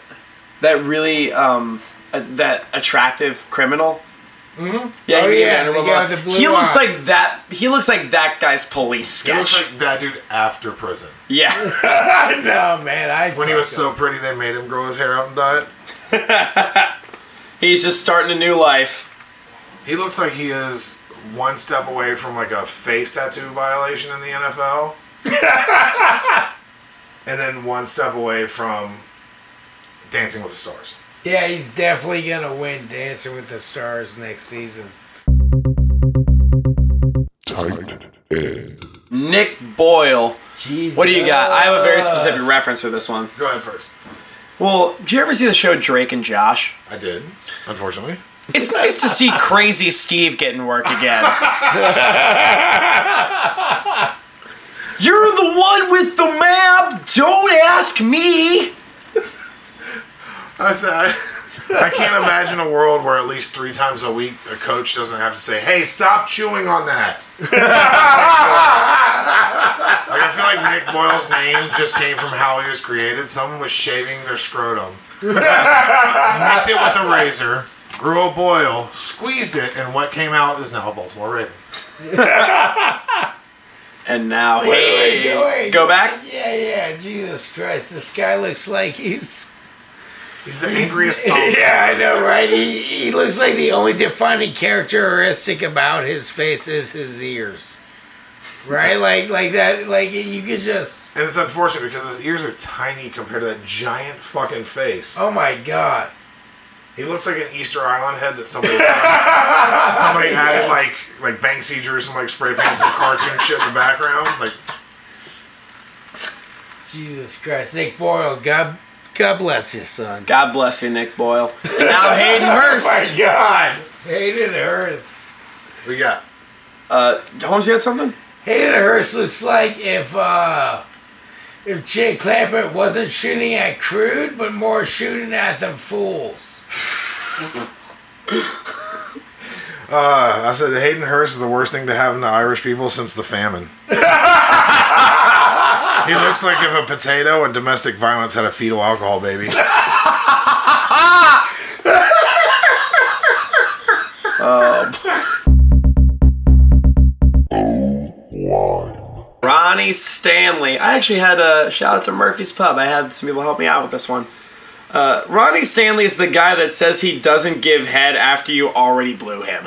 that really um, uh, that attractive criminal. Mm-hmm. Yeah,
Oh,
he-
yeah, the
blah,
guy
blah.
with the blue
he looks like
eyes.
that. He looks like that guy's police
He looks
sketch.
like that dude after prison.
yeah.
No man, I
When he was so pretty, they made him grow his hair out and dye it.
He's just starting a new life.
He looks like he is one step away from like a face tattoo violation in the NFL, and then one step away from Dancing with the Stars.
Yeah, he's definitely gonna win Dancing with the Stars next season.
Tight end.
Nick Boyle.
Jesus.
What do you got? I have a very specific reference for this one.
Go ahead first.
Well, did you ever see the show Drake and Josh?
I did, unfortunately.
It's nice to see crazy Steve getting work again. You're the one with the map. Don't ask me.
I said, I, I can't imagine a world where at least three times a week a coach doesn't have to say, "Hey, stop chewing on that." like I feel like Nick Boyle's name just came from how he was created. Someone was shaving their scrotum, nicked it with a razor, grew a boil, squeezed it, and what came out is now a Baltimore Raven.
And now, hey,
Wait, wait,
go back.
Yeah, yeah. Jesus Christ, this guy looks like he's.
He's the angriest. thumb.
Yeah, I know, right? He, he looks like the only defining characteristic about his face is his ears, right? Like, like that. Like you could just.
And it's unfortunate because his ears are tiny compared to that giant fucking face.
Oh my God.
He looks like an Easter Island head that somebody somebody had it like like Banksy drew some like spray paint some cartoon shit in the background. Like
Jesus Christ, Nick Boyle, God, God bless his son. Oh
God bless you, Nick Boyle. And now Hayden Hurst.
God, Hayden Hurst.
we got
Uh, Holmes, you had something?
Hayden Hurst looks like if uh, if Jay Clampett wasn't shooting at crude, but more shooting at them fools.
uh, I said Hayden Hurst is the worst thing to happen to Irish people since the famine. he looks like if a potato and domestic violence had a fetal alcohol baby.
Wine.
Ronnie Stanley. I actually had a shout out to Murphy's Pub. I had some people help me out with this one. Uh, Ronnie Stanley's the guy that says he doesn't give head after you already blew him.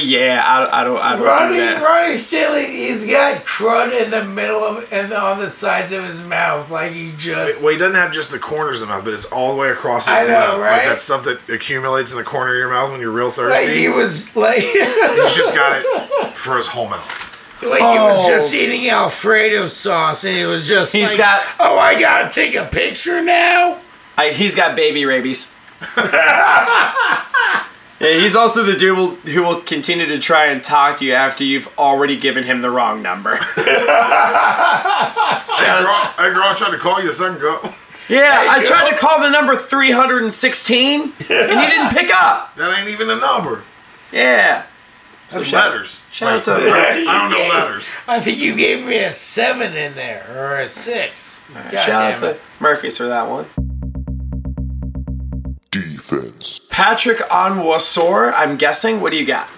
yeah, I, I don't. I don't do
Ronnie,
that.
Ronnie Stanley, he's got crud in the middle of and on the sides of his mouth, like he just.
Well, he doesn't have just the corners of the mouth, but it's all the way across his
I know,
mouth. Like
right?
that stuff that accumulates in the corner of your mouth when you're real
like
thirsty.
he was like, like
He's just got it for his whole mouth.
he was
Oh.
just eating Alfredo sauce, and he was just
He's
like,
got-
"Oh, I gotta take a picture now."
I, he's got baby rabies. Yeah, he's also the dude will, who will continue to try and talk to you after you've already given him the wrong number.
Hey girl, hey girl, I tried to call you a second ago.
Yeah, I tried to call the number 316 and you didn't pick up.
That ain't even a number.
Yeah.
That's
shout-
letters.
Shout out to
I don't know letters.
I think you gave me a seven in there or a six. God
shout out
damn
to
it.
Murphy's for that one.
Defense.
Patrick Onwasor, I'm guessing. What do you got?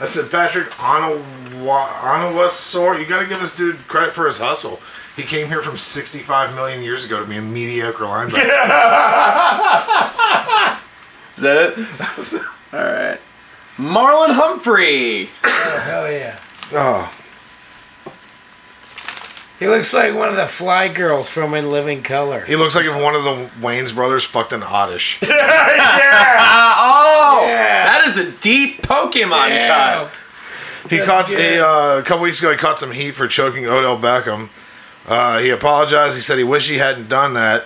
I said Patrick Onawa Sor. You got to give this dude credit for his hustle. He came here from 65 million years ago to be a mediocre linebacker.
Is that it? All right. Marlon Humphrey.
Hell yeah.
Oh,
He looks like one of the fly girls from In Living Color.
he looks like if one of the Wayne's brothers fucked an Oddish.
Uh, oh,
Yeah.
that is a deep Pokemon
Damn.
cut.
He
That's
caught
good.
he, uh, a couple weeks ago. He caught some heat for choking Odell Beckham. Uh, he apologized. He said he wished he hadn't done that,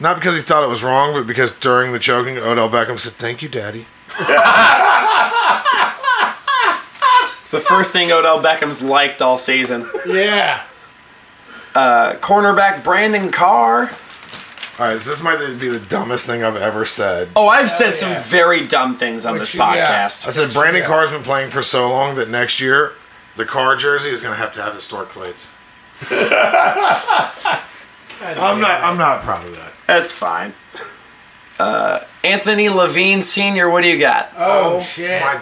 not because he thought it was wrong, but because during the choking, Odell Beckham said, "Thank you, Daddy."
It's the first thing Odell Beckham's liked all season.
Yeah.
Cornerback Brandon Carr.
All right, so this might be the dumbest thing I've ever said.
Oh, I've said
yeah.
some very dumb things on
What
this
you got?
podcast.
I said Brandon Carr's been playing for so long that next year the Carr jersey is going to have to have historic plates. I'm not. I'm not proud of that.
That's fine. Uh, Anthony Levine Sr., what do you got?
Oh, shit.
My,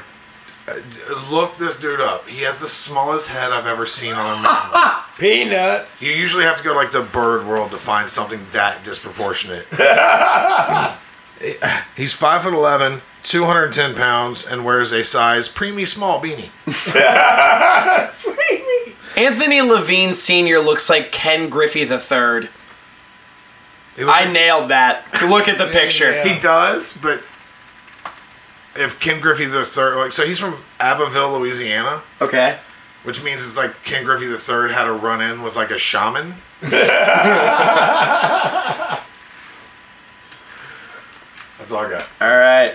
uh, look this dude up. He has the smallest head I've ever seen on a man.
Peanut.
you usually have to go like the bird world to find something that disproportionate. He's five foot eleven, two hundred and ten pounds, and wears a size preemie small beanie.
Anthony Levine Sr. looks like Ken Griffey III.
He looks
I
like-
nailed that. Look at the picture.
He does, but if Ken Griffey the third, like, so he's from Abbeville, Louisiana,
Okay.
which means it's like Ken Griffey the third had a run in with like a shaman. That's all I got.
All right.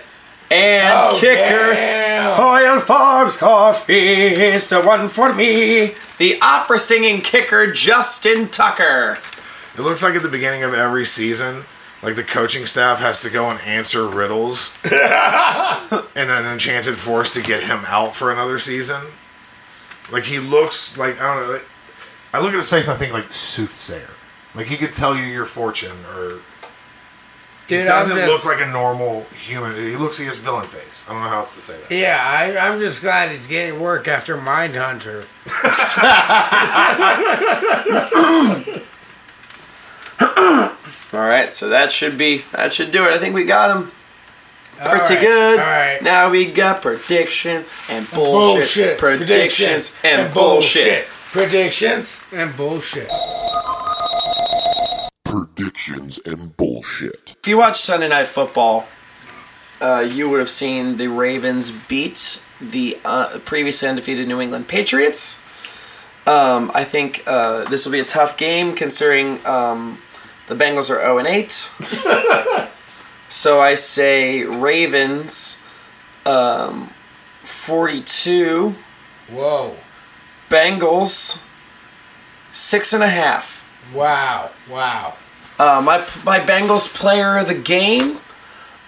And kicker. Hoyle Farms coffee is the one for me. The opera singing kicker Justin Tucker.
It looks like at the beginning of every season, like the coaching staff has to go and answer riddles in an enchanted force to get him out for another season. Like he looks like I don't know. Like, I look at his face and I think like soothsayer. Like he could tell you your fortune, or he
Dude,
doesn't
I'm just-
look like a normal human. He looks like his villain face. I don't know how else to say that.
Yeah, I, I'm just glad he's getting work after Mindhunter.
All right, so that should be that should do it. I think we got him
All
pretty
right,
good.
All right.
Now we got prediction and bullshit,
bullshit.
predictions and, bullshit.
Predictions and bullshit.
Predictions and bullshit.
If you watch Sunday Night Football, uh, you would have seen the Ravens beat the uh, previously undefeated New England Patriots. Um, I think uh, this will be a tough game considering um, the Bengals are 0 and 8. so I say Ravens um, 42,
Whoa.
Bengals 6.5.
Wow. Wow.
Uh, my my Bengals player of the game.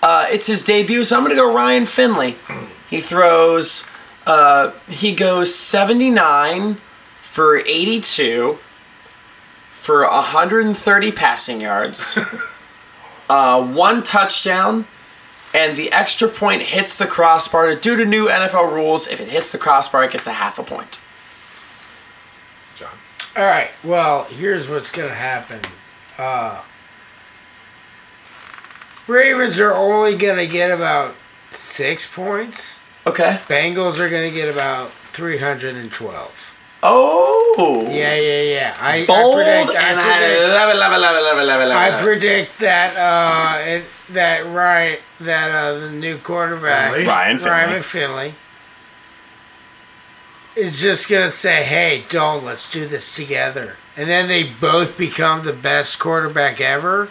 Uh, it's his debut, so I'm gonna go Ryan Finley. He throws. Uh, he goes 79 for 82 for 130 passing yards, uh, one touchdown, and the extra point hits the crossbar. Due to new NFL rules, if it hits the crossbar, it gets a half a point.
John,
All right. Well, here's what's gonna happen. Uh, Ravens are only gonna get about six points.
Okay.
Bengals are gonna get about three hundred and twelve.
Oh.
Yeah, yeah, yeah. I,
Bold
I predict.
and
I predict.
I love it, love it, love it, love it, love it, love
I
it.
predict that uh, it, that right that uh, the new quarterback
Finley?
Ryan Finley.
Ryan Finley is just gonna say, "Hey, don't let's do this together," and then they both become the best quarterback ever.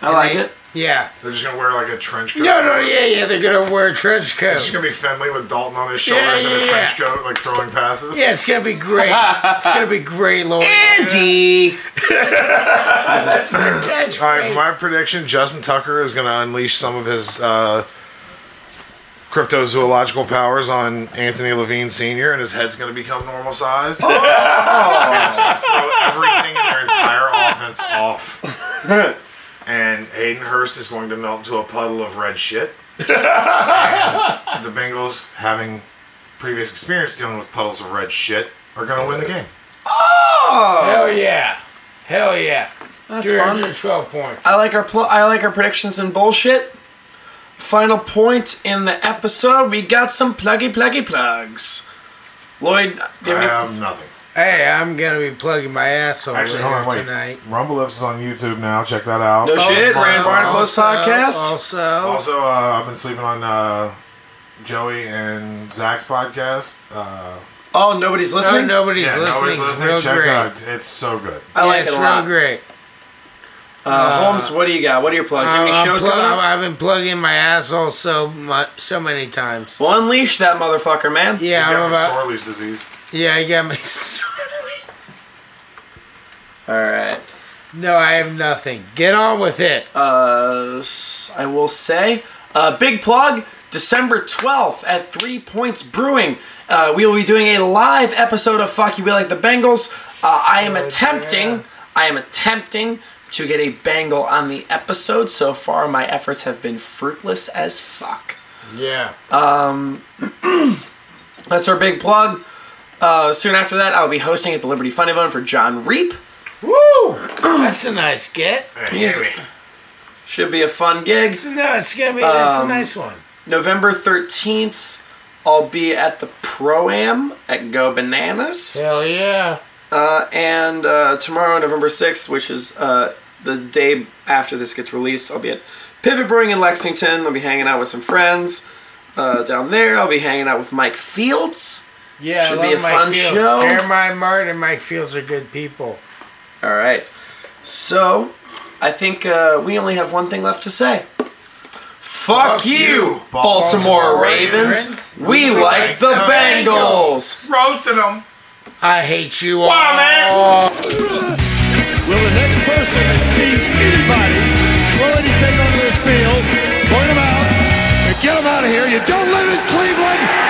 I like
They-
it.
Yeah.
they're just gonna wear like a trench coat.
No, no, yeah, yeah. They're gonna wear a trench coat.
It's just gonna be Finley with Dalton on his
Yeah,
shoulders and a
yeah,
trench coat, like throwing passes.
yeah, it's gonna be great. it's gonna be great, Lord.
Andy.
That's their
All right,
catchphrase.
my prediction: Justin Tucker is going to unleash some of his uh, cryptozoological powers on Anthony Levine Senior, and his head's going to become normal size. Oh. throw everything in their entire offense off, and Hayden Hurst is going to melt into a puddle of red shit. and the Bengals, having previous experience dealing with puddles of red shit, are going to win the game.
Hell yeah. Hell yeah.
That's fun.
312 points.
I like our pl- I like our predictions and bullshit. Final point in the episode. We got some pluggy pluggy plugs. Lloyd, do you
I
have any-
Um,
have nothing.
Hey, I'm gonna be plugging my asshole
Actually,
later
hold on, wait.
tonight. Oh,
Rumble Lips is on YouTube now. Check that out.
No shit,
Also-
Rand Barnacles
also-
podcast.
Also,
Also, uh, I've been sleeping on uh, Joey and Zach's podcast. Uh,
oh, nobody's
no,
listening.
nobody's
yeah,
listening.
nobody's
It's
listening.
real
Check
great.
it out. It's so good.
I like
yeah,
it
it's
a
real
lot.
great.
Uh, Holmes, what do you got? What are your plugs?
I'm,
Any
Uh, I'm
shows
plug-
coming up?
I've been plugging my asshole so much, so many times.
Well, unleash that motherfucker, man.
Yeah,
He's got
I'm about.
McSorley's disease.
Yeah, I got my.
All right.
no, I have nothing. Get on with it.
uh, I will say, uh, big plug, December 12th at Three Points Brewing. Uh, we will be doing a live episode of Fuck You We Like the Bengals. Uh, I am attempting, I am attempting to get a Bengal on the episode. So far, my efforts have been fruitless as fuck.
yeah.
That's our big plug. Uh, soon after that, I'll be hosting at the Liberty Funny Bone for John Reap.
Woo! That's a nice get.
Hey, hear me.
Should be a fun gig.
It's, no, it's gonna be. it's a
Um,
nice one.
November 13th, I'll be at the Pro Am at Go Bananas.
Hell yeah!
Uh, and uh, tomorrow, November 6th, which is uh, the day after this gets released, I'll be at Pivot Brewing in Lexington. I'll be hanging out with some friends uh, down there. I'll be hanging out with Mike Fields.
Yeah,
Should
I
be
love
a
Mike
fun
Fields.
show.
Jeremiah Martin and Mike Fields are good people.
All right. So, I think uh, we only have one thing left to say. Fuck,
Fuck
you,
you,
Baltimore,
Baltimore
Ravens.
Ravens.
We, like, the Bengals.
Roasted them.
I hate you all.
Will the next person that sees anybody throw anything onto this field, point them out, and get them out of here? You don't live in Cleveland.